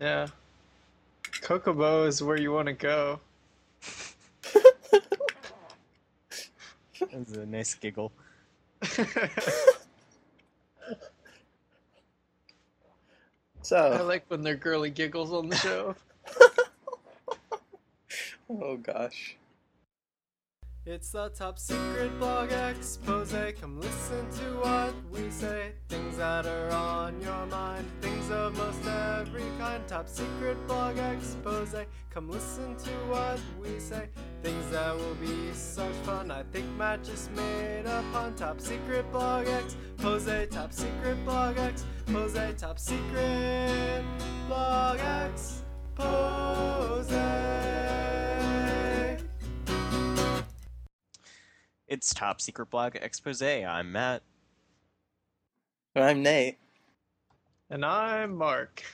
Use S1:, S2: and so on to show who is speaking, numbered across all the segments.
S1: Yeah. Kokobo is where you want to go.
S2: That was a nice giggle.
S1: I
S3: So,
S1: like when their girly giggles on the show.
S3: oh gosh.
S4: It's the top secret blog expose. Come listen to what we say. Things that are on your mind. Things of most every kind. Top secret blog expose. Come listen to what we say. Things that will be such fun. I think Matt just made a pun. Top secret blog expose. Top secret blog expose. Top secret blog expose.
S2: It's Top Secret Blog Expose. I'm Matt.
S3: I'm Nate.
S1: And I'm Mark.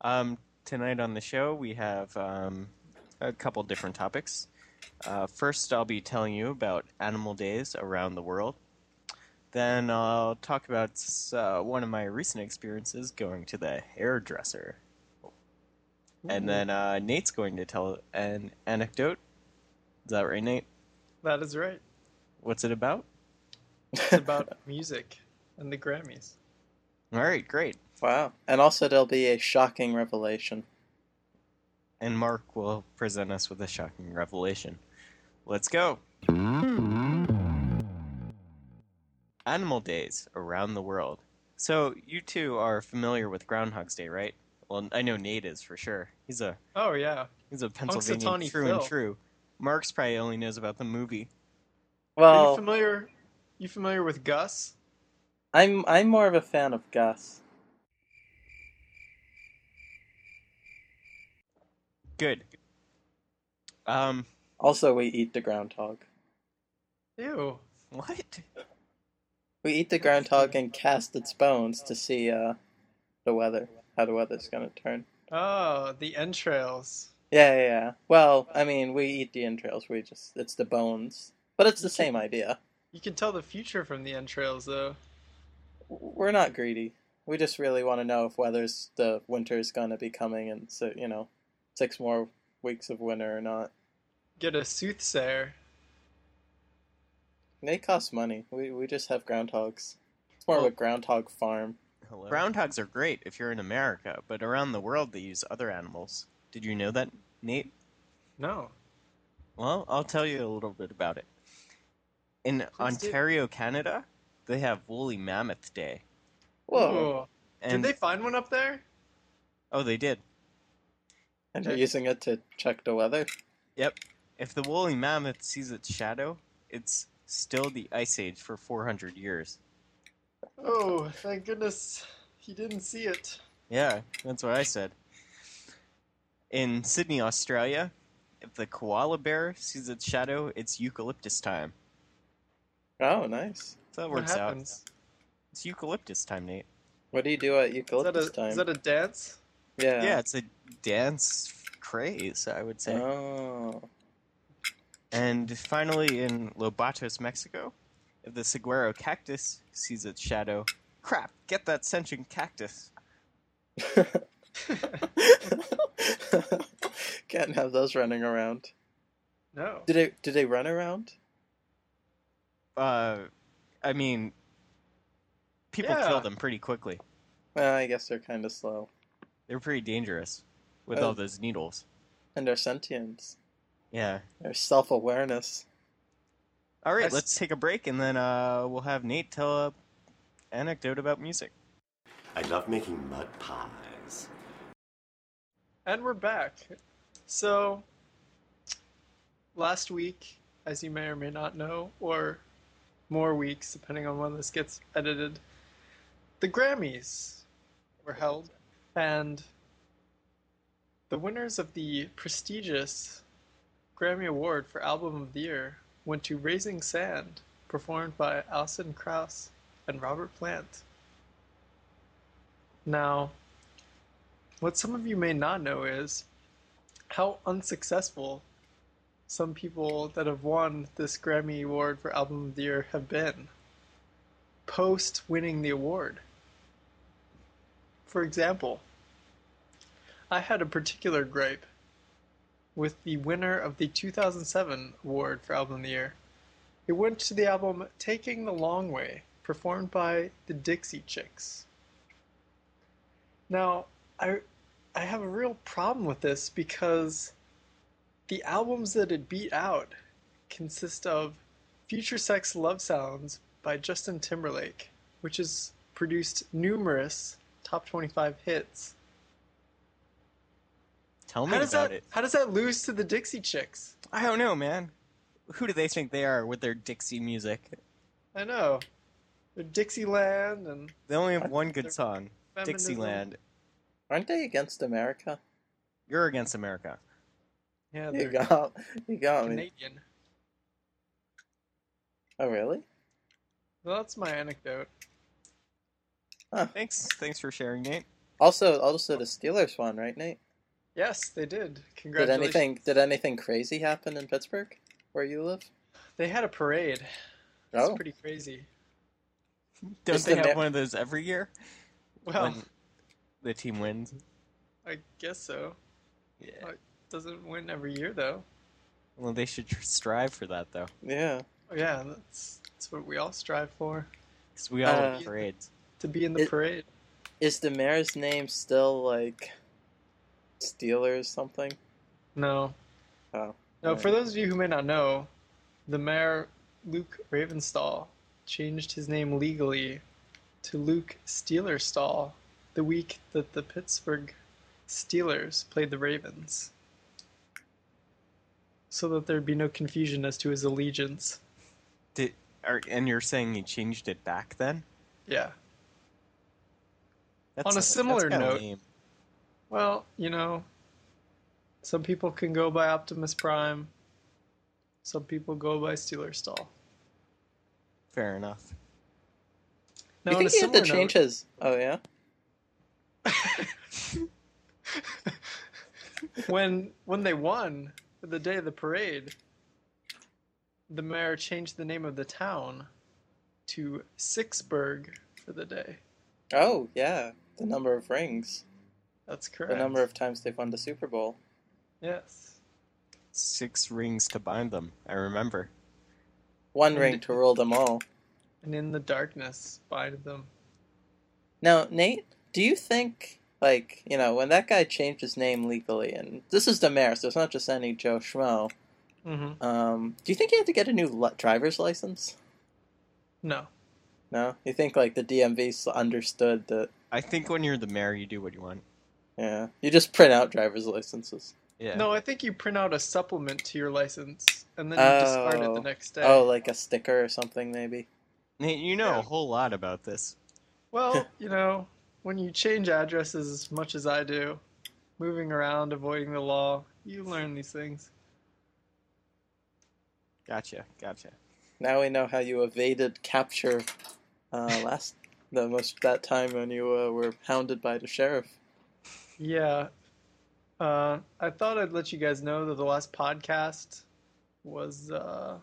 S2: Um, tonight on the show, we have um, a couple different topics. Uh, first, I'll be telling you about animal days around the world. Then, I'll talk about uh, one of my recent experiences going to the hairdresser. And then, uh, Nate's going to tell an anecdote. Is that right, Nate?
S1: That is right.
S2: What's it about?
S1: It's about music and the Grammys.
S2: All right, great.
S3: Wow. And also, there'll be a shocking revelation.
S2: And Mark will present us with a shocking revelation. Let's go! Animal Days around the world. So, you two are familiar with Groundhog's Day, right? Well, I know Nate is for sure. He's a
S1: Oh, yeah.
S2: he's a Pennsylvania
S1: Punxsutawney
S2: true and
S1: Phil.
S2: true. Mark's probably only knows about the movie.
S1: Are you
S2: Oh.
S3: Well,
S1: familiar? You familiar with Gus?
S3: I'm I'm more of a fan of Gus.
S2: Good. Um,
S3: Also, we eat the groundhog.
S1: Ew.
S2: what?
S3: We eat the groundhog and cast its bones to see uh, the weather, how the weather's gonna turn.
S1: Oh, the entrails.
S3: Yeah, yeah, yeah. Well, I mean, we eat the entrails. We just it's the bones, but it's the same idea.
S1: You can tell the future from the entrails, though.
S3: We're not greedy. We just really want to know if weather's the winter's gonna be coming, and so you know, six more weeks of winter or not.
S1: Get a soothsayer.
S3: They cost money. We we just have groundhogs. It's
S1: Oh.
S3: more of a groundhog farm.
S2: Hello? Groundhogs are great if you're in America, but around the world they use other animals. Did you know that, Nate?
S1: No.
S2: Well, I'll tell you a little bit about it. In
S1: Please do.
S2: Ontario, Canada, they have Woolly Mammoth Day.
S1: Ooh.
S3: Whoa!
S2: And
S1: Did they find one up there?
S2: oh, they did.
S3: And
S1: Oh,
S3: they're using it to check the weather.
S2: Yep. If the woolly mammoth sees its shadow, it's still the ice age for 400 years.
S1: Oh, thank goodness he didn't see it.
S2: Yeah, that's what I said. In Sydney, Australia, if the koala bear sees its shadow, it's eucalyptus time.
S3: Oh, nice.
S2: So that
S1: What
S2: works out.
S1: happens?
S2: It's eucalyptus time, Nate.
S3: What do you do at
S1: Is that, a,
S3: eucalyptus time?
S1: is that a dance?
S3: yeah.
S2: yeah, it's a dance craze, I would say.
S3: Oh.
S2: And finally, in Lobatos, Mexico, if the saguaro cactus sees its shadow, crap, get that sentient cactus.
S3: Can't have those running around.
S1: No.
S3: Do they do they run around?
S2: Uh, I mean, people
S1: Yeah.
S2: kill them pretty quickly.
S3: Well, I guess they're kind of slow,
S2: They're pretty dangerous with
S3: Oh.
S2: all those needles.
S3: and they're sentience.
S2: Yeah.
S3: They're self awareness.
S2: All right,
S1: That's-
S2: let's take a break and then uh, we'll have Nate tell a anecdote about music.
S5: I love making mud pies.
S1: And we're back. So, last week, as you may or may not know, or more weeks, depending on when this gets edited, the Grammys were held. And the winners of the prestigious Grammy Award for Album of the Year went to Raising Sand, performed by Alison Krauss and Robert Plant. Now, what some of you may not know is how unsuccessful some people that have won this Grammy Award for Album of the Year have been post winning the award. For example, I had a particular gripe with the winner of the 2007 award for album of the year. It went to the album Taking the Long Way, performed by the Dixie Chicks. Now, I I have a real problem with this because the albums that it beat out consist of Future Sex Love Sounds by Justin Timberlake, which has produced numerous top 25 hits.
S2: Tell me
S1: How
S2: about
S1: does that
S2: it.
S1: how does that lose to the Dixie Chicks?
S2: I don't know, man. Who do they think they are with their Dixie music?
S1: I know. They're Dixieland and
S2: They only have one
S1: They're
S2: good song,
S1: feminism.
S2: Dixieland.
S3: Aren't they against America?
S2: You're against America.
S1: Yeah,
S3: You
S1: they're
S3: got, you got me.
S1: Canadian.
S3: Oh, really?
S1: Well, that's my anecdote.
S2: Thanks, thanks for sharing, Nate.
S3: Also, also the Steelers won, right, Nate?
S1: Yes, they did.
S3: Did
S1: Congratulations.
S3: anything did anything crazy happen in Pittsburgh, where you live?
S1: They had a parade. That's
S3: Oh,
S1: pretty crazy.
S2: Don't
S3: Is
S2: they
S3: the
S2: have
S3: Mar-
S2: one of those every year
S1: Well,
S2: when the team wins?
S1: I guess so.
S2: Yeah.
S1: Doesn't win every year though.
S2: Well, they should tr- strive for that though,
S3: yeah.
S1: Oh, Yeah, that's that's what we all strive for.
S2: because we all
S3: Uh,
S2: have parades.
S1: To be in the
S3: It-
S1: parade.
S3: Is the mayor's name still like Steelers something?
S1: No.
S3: Oh,
S1: No,
S3: Right.
S1: for those of you who may not know, the mayor, Luke Ravenstall, changed his name legally to Luke Steelerstall the week that the Pittsburgh Steelers played the Ravens. So that there'd be no confusion as to his allegiance.
S2: Did, are, and you're saying you changed it back then?
S1: Yeah.
S2: That's
S1: On a
S2: that's
S1: similar
S2: kinda
S1: note-
S2: lame.
S1: Well, you know, some people can go by Optimus Prime, some people go by Steelerstall.
S2: fair enough.
S1: Now,
S3: you
S1: on a
S3: think he had to
S1: similar
S3: change
S1: note,
S3: his? Oh yeah.
S1: when when they won the day of the parade, the mayor changed the name of the town to Sixburg for the day.
S3: Oh yeah. The number of rings.
S1: That's
S3: The
S1: correct.
S3: number of times they've won the Super Bowl.
S1: yes.
S2: Six rings to bind them. I remember.
S3: One ring to rule them all.
S1: And in the darkness, bind them.
S3: Now, Nate, do you think, like, you know, when that guy changed his name legally, and this is the mayor, so it's not just any Joe Schmo,
S1: hmm
S3: um, do you think he had to get a new li- driver's license?
S1: No.
S3: No? You think, like, the DMV s- understood that,
S2: I think when you're the mayor, you do what you want.
S3: yeah, you just print out driver's licenses.
S2: Yeah.
S1: No, I think you print out a supplement to your license and then you discard it
S3: Oh.
S1: the next day.
S3: Oh, like a sticker or something, maybe?
S2: Nate, you know
S1: Yeah.
S2: a whole lot about this.
S1: Well, you know, when you change addresses as much as I do, moving around, avoiding the law, you learn these things.
S2: Gotcha, gotcha.
S3: Now we know how you evaded capture uh, last, the most, that time when you uh, were hounded by the sheriff.
S1: Yeah. Uh, I thought I'd let you guys know that the last podcast was uh,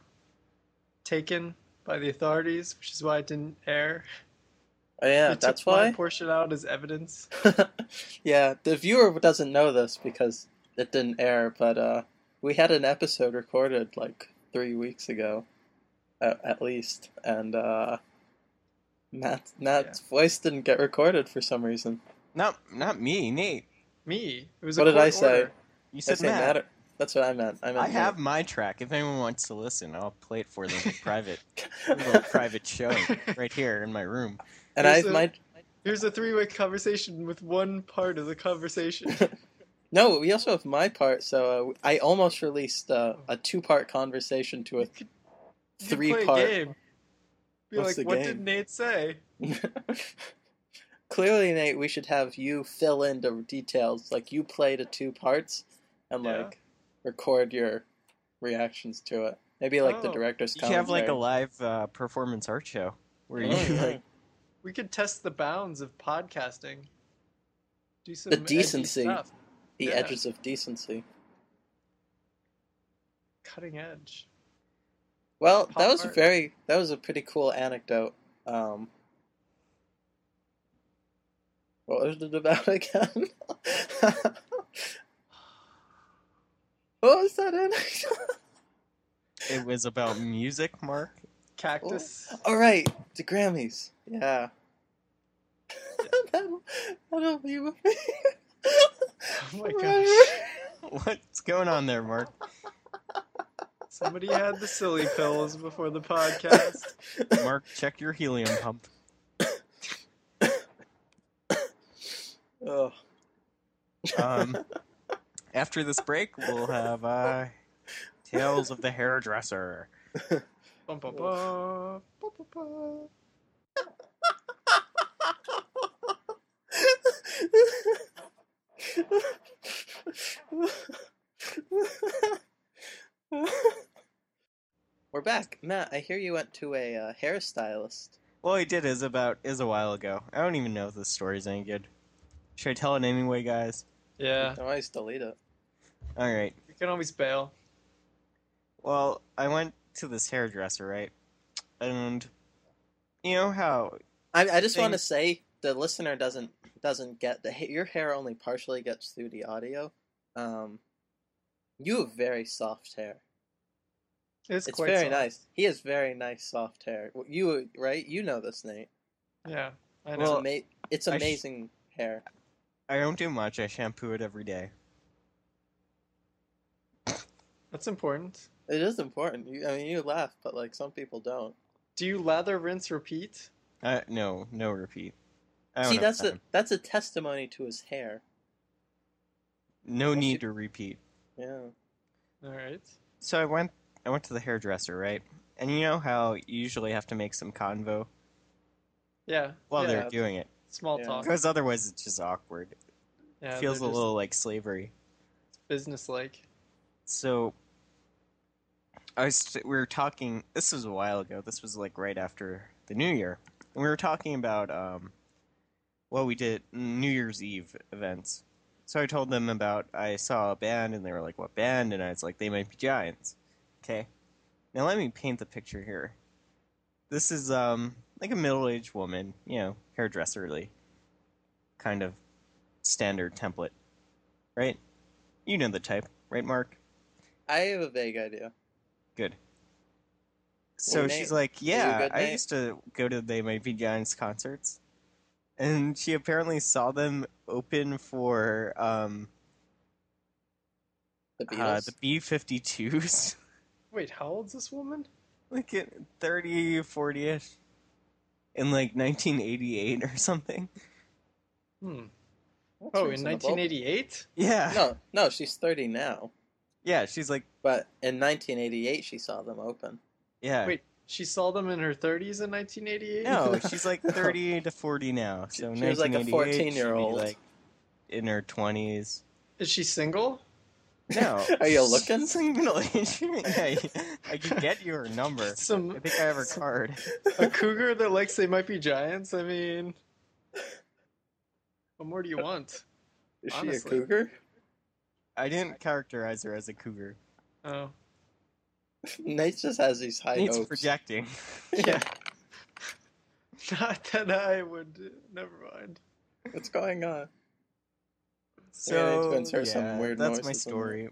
S1: taken by the authorities, which is why it didn't air.
S3: Oh, yeah,
S1: They
S3: that's
S1: took my
S3: why.
S1: portion out as evidence.
S3: yeah, the viewer doesn't know this because it didn't air, but uh, we had an episode recorded like three weeks ago, at, at least, and uh, Matt Matt's voice didn't get recorded for some reason.
S2: Not not me, Nate.
S1: Me. It was a
S3: What did I
S1: court
S3: say?
S1: order.
S2: You
S3: That
S2: said
S3: didn't
S2: Matt.
S3: matter. That's what I meant. I meant
S2: I have my track. If anyone wants to listen, I'll play it for them in private. a little
S3: Matt.
S2: private show right here in my room.
S3: and I
S1: Here's a-
S3: my
S1: Here's a three-way conversation with one part of the conversation.
S3: no. We also have my part. So uh, I almost released uh, a two-part conversation to a
S1: You could
S3: three-part.
S1: play a game. Be
S3: What's the
S1: like, what
S3: game?"
S1: did Nate say?
S3: Clearly, Nate, we should have you fill in the details. Like you play the two parts and
S1: Yeah.
S3: like record your reactions to it. Maybe like the
S1: Oh.
S3: director's
S2: You should have like a
S3: commentary.
S2: live uh, performance art show where you
S3: Oh, yeah.
S2: like
S1: We could test the bounds of podcasting. Do some
S3: The
S1: edgy
S3: decency.
S1: stuff.
S3: the
S1: yeah.
S3: edges of decency.
S1: Cutting edge.
S3: Well,
S1: Pop
S3: that was a
S1: art.
S3: very that was a pretty cool anecdote. Um, what was it about again?
S2: it was about music, Mark.
S1: Cactus.
S3: All right, the Grammys. Yeah. that'll, that'll be with me.
S1: Oh my
S3: forever.
S1: gosh.
S2: What's going on there, Mark?
S1: Somebody had the silly pills before the podcast.
S2: Mark, check your helium pump.
S3: Ugh.
S2: Um, after this break, we'll have uh, Tales of the Hairdresser.
S1: Bum, bum, bum, bum, bum, bum.
S3: We're back, Matt. I hear you went to a uh, hairstylist.
S2: Well, he did is about is a while ago. I don't even know if this story's any good. Should I tell it anyway, guys?
S1: Yeah,
S3: You can always delete it.
S2: All right.
S1: you can always bail.
S2: Well, I went to this hairdresser, right? And you know how
S3: I, I just want to
S2: Things-
S3: say the listener doesn't doesn't get the ha- your hair only partially gets through the audio. Um, you have very soft hair.
S1: It's,
S3: It's,
S1: quite
S3: very
S1: soft.
S3: nice. He has very nice soft hair. W- You right? You know this, Nate.
S1: Yeah, I know.
S3: It's,
S2: Well,
S3: ama- it's
S2: I sh-
S3: amazing hair.
S2: I don't do much, I shampoo it every day.
S1: That's important.
S3: It is important. You, I mean, you laugh, but like some people don't.
S1: Do you lather, rinse, repeat?
S2: Uh, no, no repeat. I don't
S3: See,
S2: have
S3: that's a
S2: time.
S3: that's a testimony to his hair.
S2: no
S3: that's
S2: need
S3: it.
S2: to repeat.
S3: Yeah.
S1: All right.
S2: So I went I went to the hairdresser, right? And you know how you usually have to make some convo
S1: Yeah.
S2: while
S1: yeah.
S2: they're doing it.
S1: Small
S3: Yeah.
S1: talk.
S2: Because otherwise it's just awkward.
S1: Yeah,
S2: it feels a
S1: they're just
S2: little like slavery.
S1: business-like.
S2: So I was we were talking this was a while ago. This was like right after the new year. And we were talking about um well we did New Year's Eve events. So I told them about I saw a band and they were like what band and I was like they might be Giants. Okay. Now let me paint the picture here. This is um like a middle-aged woman, you know, hairdresserly kind of standard template. Right? You know the type, right Mark?
S3: I have a vague idea.
S2: Good. So
S3: Nate,
S2: she's like,
S3: you
S2: Yeah,
S3: good,
S2: I
S3: Nate?"
S2: used to go to They Might Be Giants concerts. And she apparently saw them open for um,
S3: The
S2: uh,
S3: Beatles.
S2: the B 52s.
S1: Wait, how old's this woman?
S2: like at 30, 40 ish. In like 1988 or something.
S1: Hmm.
S3: That's
S1: Oh, in
S3: reasonable.
S1: 1988?
S2: Yeah.
S3: No, no, she's thirty now.
S2: Yeah, she's like,
S3: But in 1988, she saw them open.
S2: Yeah.
S1: Wait, she saw them in her 30s in 1988?
S2: No, she's like 30 to 40 now.
S3: She-
S2: So
S3: she was like a
S2: 1988, she'd be,
S3: 14-year-old.
S2: Like in her 20s.
S1: Is she single?
S2: No.
S3: Are you looking?
S2: She's single. yeah, I can get your number. I
S1: Some
S2: think I have her card.
S1: a cougar that likes they might be giants. I mean, what more do you want?
S3: Is
S1: Honestly.
S3: she a cougar?
S2: I didn't characterize her as a cougar.
S1: Oh,
S3: Nate just has these high
S2: It's
S3: hopes.
S2: projecting.
S3: yeah.
S1: not that I would. Never mind.
S3: What's going on?
S2: So
S3: it's gonna insert some
S2: yeah,
S3: weird
S2: that's my
S3: noises in there.
S2: story.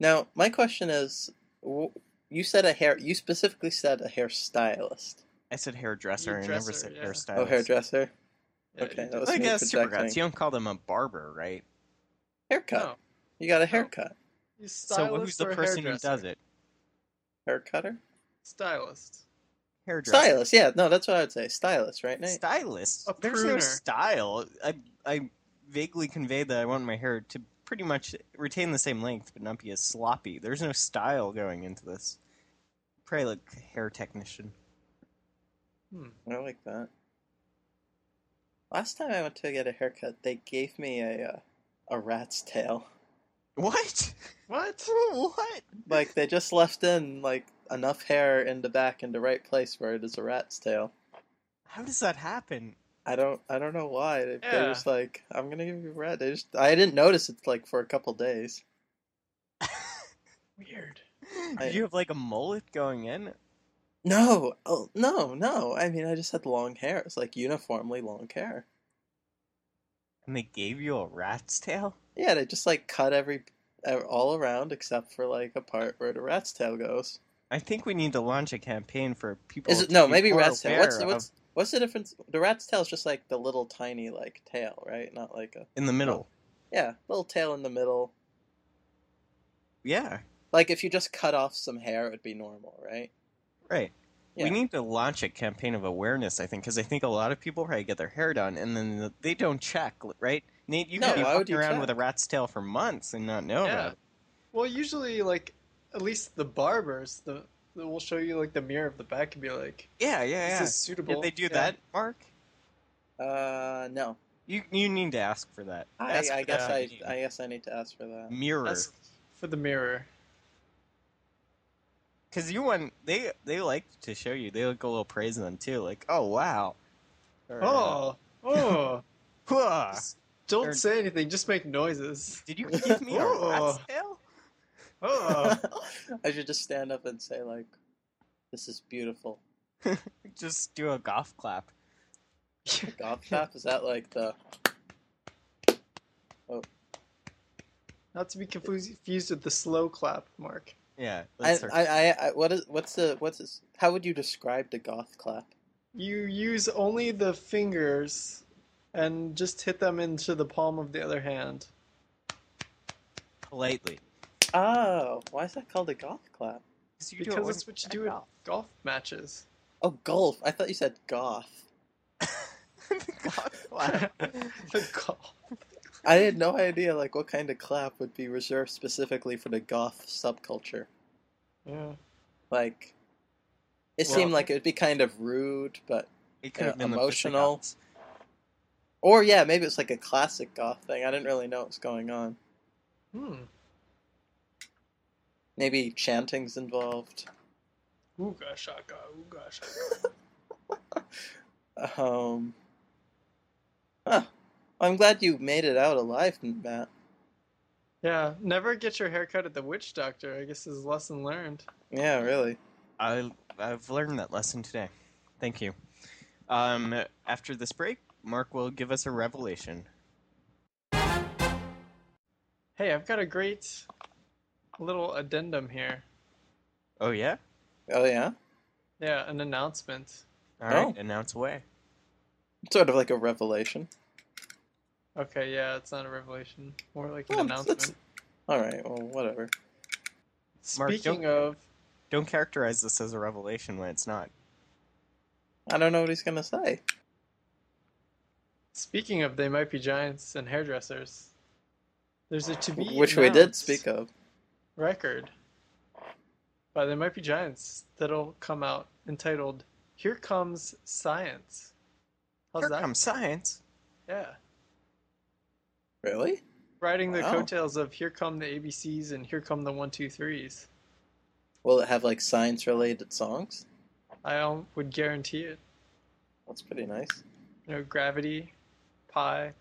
S3: Now, my question is, w- you said a hair. You specifically said a hairstylist.
S2: I said hairdresser. I never
S1: Hairdresser,
S2: said
S1: yeah.
S2: hairstylist.
S3: Oh, hairdresser.
S1: Yeah,
S3: Okay,
S1: you
S3: that was-
S2: Like
S3: me
S2: uh, supercuts.
S3: projecting.
S2: You don't call them a barber, right?
S3: Haircut.
S1: No, Oh.
S3: You got a haircut.
S1: you
S2: so
S1: stylist
S2: who's the
S1: or a
S2: person who does
S1: hairdresser?
S2: it?
S3: Haircutter.
S1: Stylist.
S2: Hairdresser.
S3: Stylist. Yeah. No, that's what I would say. Stylist, right, Nate?
S2: Stylist.
S1: A
S2: There's no
S1: pruner.
S2: style. I I vaguely conveyed that I want my hair to pretty much retain the same length, but not be as sloppy. There's no style going into this. Probably like hair technician.
S3: I like that. Last time I went to get a haircut, they gave me a uh, a rat's tail.
S2: What?
S1: What?
S2: what?
S3: Like they just left in like enough hair in the back in the right place where it is a rat's tail.
S2: How does that happen?
S3: I don't I don't know why. They,
S1: Yeah.
S3: They're just like, I'm gonna give you a rat. They just I didn't notice it's like for a couple days.
S1: Weird.
S3: I-
S2: Did you have like a mullet going in?
S3: No, oh no, no. I mean I just had long hair. It's like uniformly long hair.
S2: And they gave you a rat's tail?
S3: Yeah, e, they just like cut every all around except for like a part where the rat's tail goes.
S2: I think we need to launch a campaign for people.
S3: Is it
S2: to
S3: no?
S2: be
S3: Maybe
S2: more
S3: rat's tail.
S2: aware
S3: What's
S2: of-
S3: what's what's the difference? The rat's tail is just like the little tiny like tail, right? Not like a
S2: in the middle?
S3: Oh. yeah, little tail in the middle.
S2: Yeah,
S3: Like if you just cut off some hair, it would be normal, right?
S2: right.
S3: Yeah.
S2: We need to launch a campaign of awareness. I think because I think a lot of people probably get their hair done and then they don't check. Right, Nate? You
S3: No,
S2: could be
S3: why would
S2: walking
S3: you
S2: around
S3: check?
S2: with a rat's tail for months and not know
S1: Yeah.
S2: about it.
S1: Well, usually, like at least the barbers, the, the will show you like the mirror of the back and be like,
S2: Yeah, yeah, yeah.
S1: "This is suitable."
S2: Did they do
S1: Yeah.
S2: that, Mark?
S3: Uh, no.
S2: You you need to ask for that.
S3: I,
S2: Ask
S3: I
S2: for
S3: guess
S2: that.
S3: I I guess I need to ask for that.
S2: mirror
S1: That's for the mirror.
S2: because you want they they like to show you. They go a little praise in them too. Like, oh wow, Or, uh,
S1: Oh, oh!
S2: whoa.
S1: Just don't
S2: Or-
S1: say anything. Just make noises.
S2: Did you give me a
S1: Oh.
S2: rat's tail?
S1: Oh,
S3: I should just stand up and say like, "This is beautiful."
S2: Just do a golf clap.
S3: Golf clap is that like the
S1: not to be confused confused with the slow clap, Mark.
S2: Yeah,
S3: I,
S2: that's her.
S3: I, I, I what is what's the what's this, how would you describe the goth clap?
S1: You use only the fingers and just hit them into the palm of the other hand.
S2: politely.
S3: Oh, why is that called a goth clap?
S2: Because you do it
S1: Because
S2: when-
S1: that's what you do at golf matches.
S3: Oh, golf. I thought you said goth.
S2: The golf clap.
S1: The golf.
S3: I had no idea like what kind of clap would be reserved specifically for the goth subculture.
S1: Yeah.
S3: Like, it
S2: Well-
S3: seemed like it would be kind of rude, but
S2: It could have
S3: Yeah,
S2: been the
S3: emotional.
S2: fisticuffs.
S3: or yeah, maybe it's like a classic goth thing. I didn't really know what was going on.
S1: Hmm.
S3: Maybe chanting's involved.
S1: Ooga shaka, ooga shaka.
S3: Um, huh. I'm glad you made it out alive, Matt.
S1: yeah, never get your hair cut at the witch doctor, I guess is lesson learned.
S3: Yeah, really.
S2: I I've learned that lesson today. Thank you. Um, after this break, Mark will give us a revelation.
S1: Hey, I've got a great little addendum here.
S2: Oh yeah.
S3: Oh yeah,
S1: Yeah, an announcement.
S2: All
S3: Oh.
S2: right. Announce away.
S3: sort of like a revelation.
S1: Okay, yeah, it's not a revelation. More like an
S3: Well, that's-
S1: announcement.
S3: All right, well, whatever.
S2: Mark,
S1: Speaking
S2: don't-
S1: of
S2: Don't characterize this as a revelation when it's not.
S3: I don't know what he's gonna say.
S1: speaking of they might be giants and hairdressers. There's a to be
S3: Which we did
S1: announced
S3: speak of.
S1: record by They Might Be Giants that'll come out entitled Here Comes Science. How's
S2: Here
S1: that?
S2: comes science.
S1: Yeah.
S3: Really?
S1: Riding the
S3: Wow.
S1: coattails of Here Come the ABCs and Here Come the One Two Threes.
S3: Will it have like science-related songs?
S1: I um, would guarantee it.
S3: That's pretty nice.
S1: You know, gravity, pi,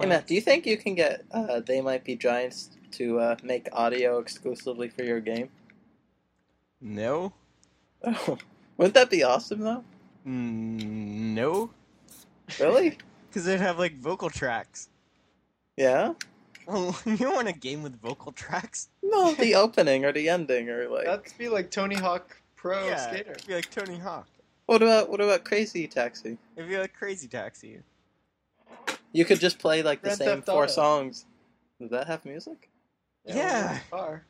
S3: Hey Matt, do you think you can get uh, "They Might Be Giants" to uh, make audio exclusively for your game?
S2: No.
S3: Wouldn't that be awesome though?
S2: Mm, no.
S3: Really?
S2: Because they'd have like vocal tracks.
S3: yeah.
S2: Well, you don't want a game with vocal tracks.
S3: No, the opening or the ending or like.
S1: That'd be like Tony Hawk
S3: Oh,
S1: Pro
S2: yeah,
S1: Skater.
S2: it'd be like Tony Hawk.
S3: What about what about Crazy Taxi?
S2: It'd be like Crazy Taxi.
S3: You could just play like the
S1: Grand
S3: same
S1: Theft
S3: four
S1: Auto.
S3: songs. Does that have music?
S2: Yeah.
S1: with the Car.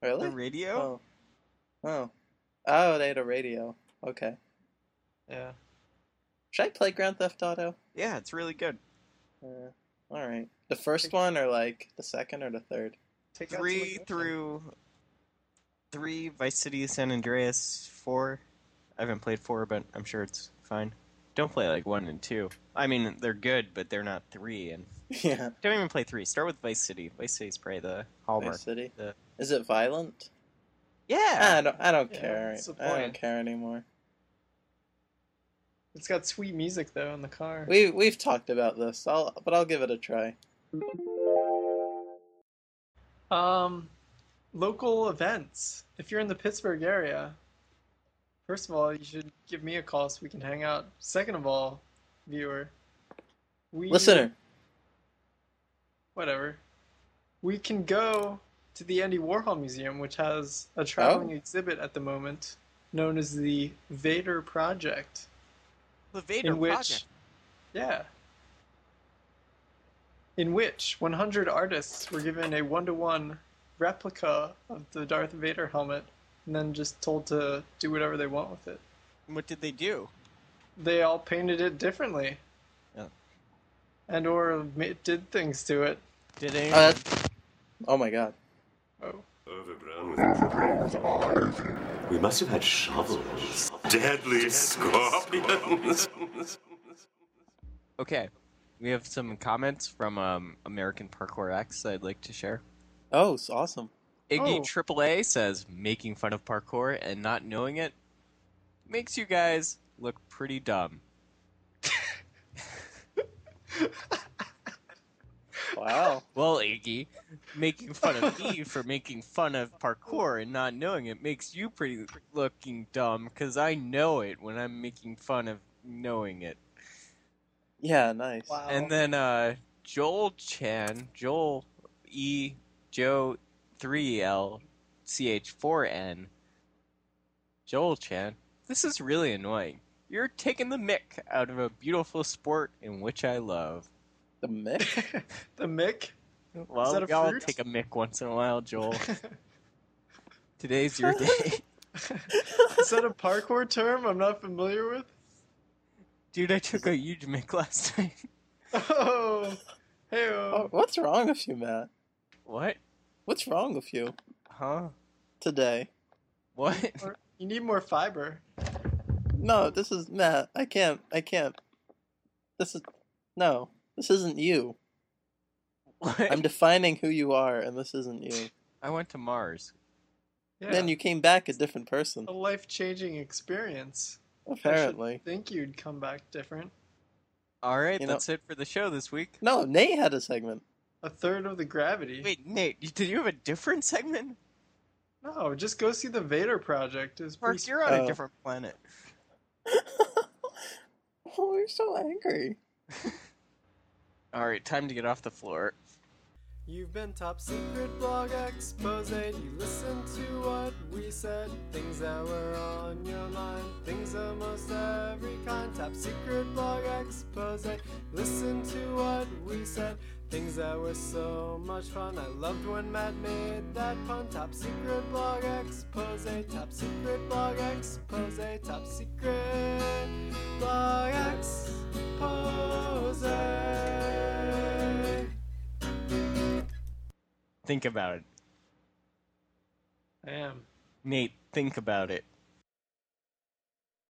S2: The
S3: Really?
S2: radio?
S3: Oh. Oh. Oh, they had a radio. Okay.
S1: Yeah.
S3: Should I play Grand Theft Auto?
S2: Yeah, it's really good.
S3: Uh, all right. The first one or like the second or the third?
S1: Take out some
S2: Three
S1: emotion.
S2: through three Vice City, San Andreas, four. I haven't played four, but I'm sure it's fine. Don't play like one and two. I mean, they're good, but they're not three. And
S3: yeah.
S2: don't even play three. Start with Vice City. Vice City's probably the hallmark.
S3: Vice City.
S2: The-
S3: Is it violent?
S2: Yeah.
S3: I don't. I don't
S1: Yeah,
S3: care.
S1: what's the
S3: I don't
S1: point?
S3: care anymore.
S1: It's got sweet music though in the car.
S3: We we've talked about this. I'll but I'll give it a try.
S1: Um, local events. If you're in the Pittsburgh area, first of all, you should give me a call so we can hang out. Second of all, viewer, we
S3: Listener.
S1: whatever. We can go to the Andy Warhol Museum, which has a traveling
S3: Oh.
S1: exhibit at the moment known as the Vader Project.
S6: The Vader
S1: in which,
S6: Project.
S1: yeah, in which 100 artists were given a one-to-one replica of the Darth Vader helmet, and then just told to do whatever they want with it.
S2: What did they do?
S1: They all painted it differently,
S2: Oh.
S1: and or ma- did things to it.
S2: Did anyone?
S3: Oh, that's- oh my god.
S1: Oh,
S5: Overgrown with We must have had shovels. Deadly scorpions.
S2: okay, we have some comments from um, American Parkour X that I'd like to share.
S3: Oh, it's awesome.
S2: Iggy
S1: Oh.
S2: AAA says making fun of parkour and not knowing it makes you guys look pretty dumb.
S3: Wow.
S2: Well, Iggy, making fun of me for making fun of parkour and not knowing it makes you pretty looking dumb because I know it when I'm making fun of knowing it.
S3: Yeah, nice.
S1: wow!
S2: And then uh, Joel Chan, Joel E, Joe 3L, CH4N. Joel Chan, this is really annoying. You're taking the mick out of a beautiful sport in which I love.
S3: The mix?
S1: the Mick.
S2: Well,
S1: that a
S2: we all
S1: fruit?
S2: take a mick once in a while, Joel. Today's your day.
S1: Is that a parkour term I'm not familiar with?
S2: Dude, I took a huge mick last night.
S1: Oh, hey,
S3: Oh, what's wrong with you, Matt?
S2: What?
S3: What's wrong with you
S2: Huh?
S3: today?
S2: What?
S1: you need more fiber.
S3: No, this is Matt. I can't. I can't. This is. No. This isn't you.
S2: What?
S3: I'm defining who you are, and this isn't you.
S2: I went to Mars.
S1: Yeah,
S3: Then you came back a different person,
S1: a life-changing experience. I
S3: apparently.
S1: should think you'd come back different.
S2: All right,
S3: You know-
S2: that's it for the show this week.
S3: No, Nate had a segment.
S1: A third of the gravity.
S2: Wait, Nate, you- did you have a different segment?
S1: No, just go see the Vader Project. It's
S2: Mark,
S1: pretty.
S2: you're on a
S3: Uh,
S2: different planet.
S3: Oh, you're so angry.
S2: All right, time to get off the floor.
S4: You've been top secret blog exposed. You listened to what we said. Things that were on your mind. Things of most every kind. Top secret blog expose. Listen to what we said. Things that were so much fun. I loved when Matt made that pun. Top secret blog expose. Top secret blog expose. Top secret blog expose.
S2: Think about it.
S1: I am.
S2: Nate, think about it.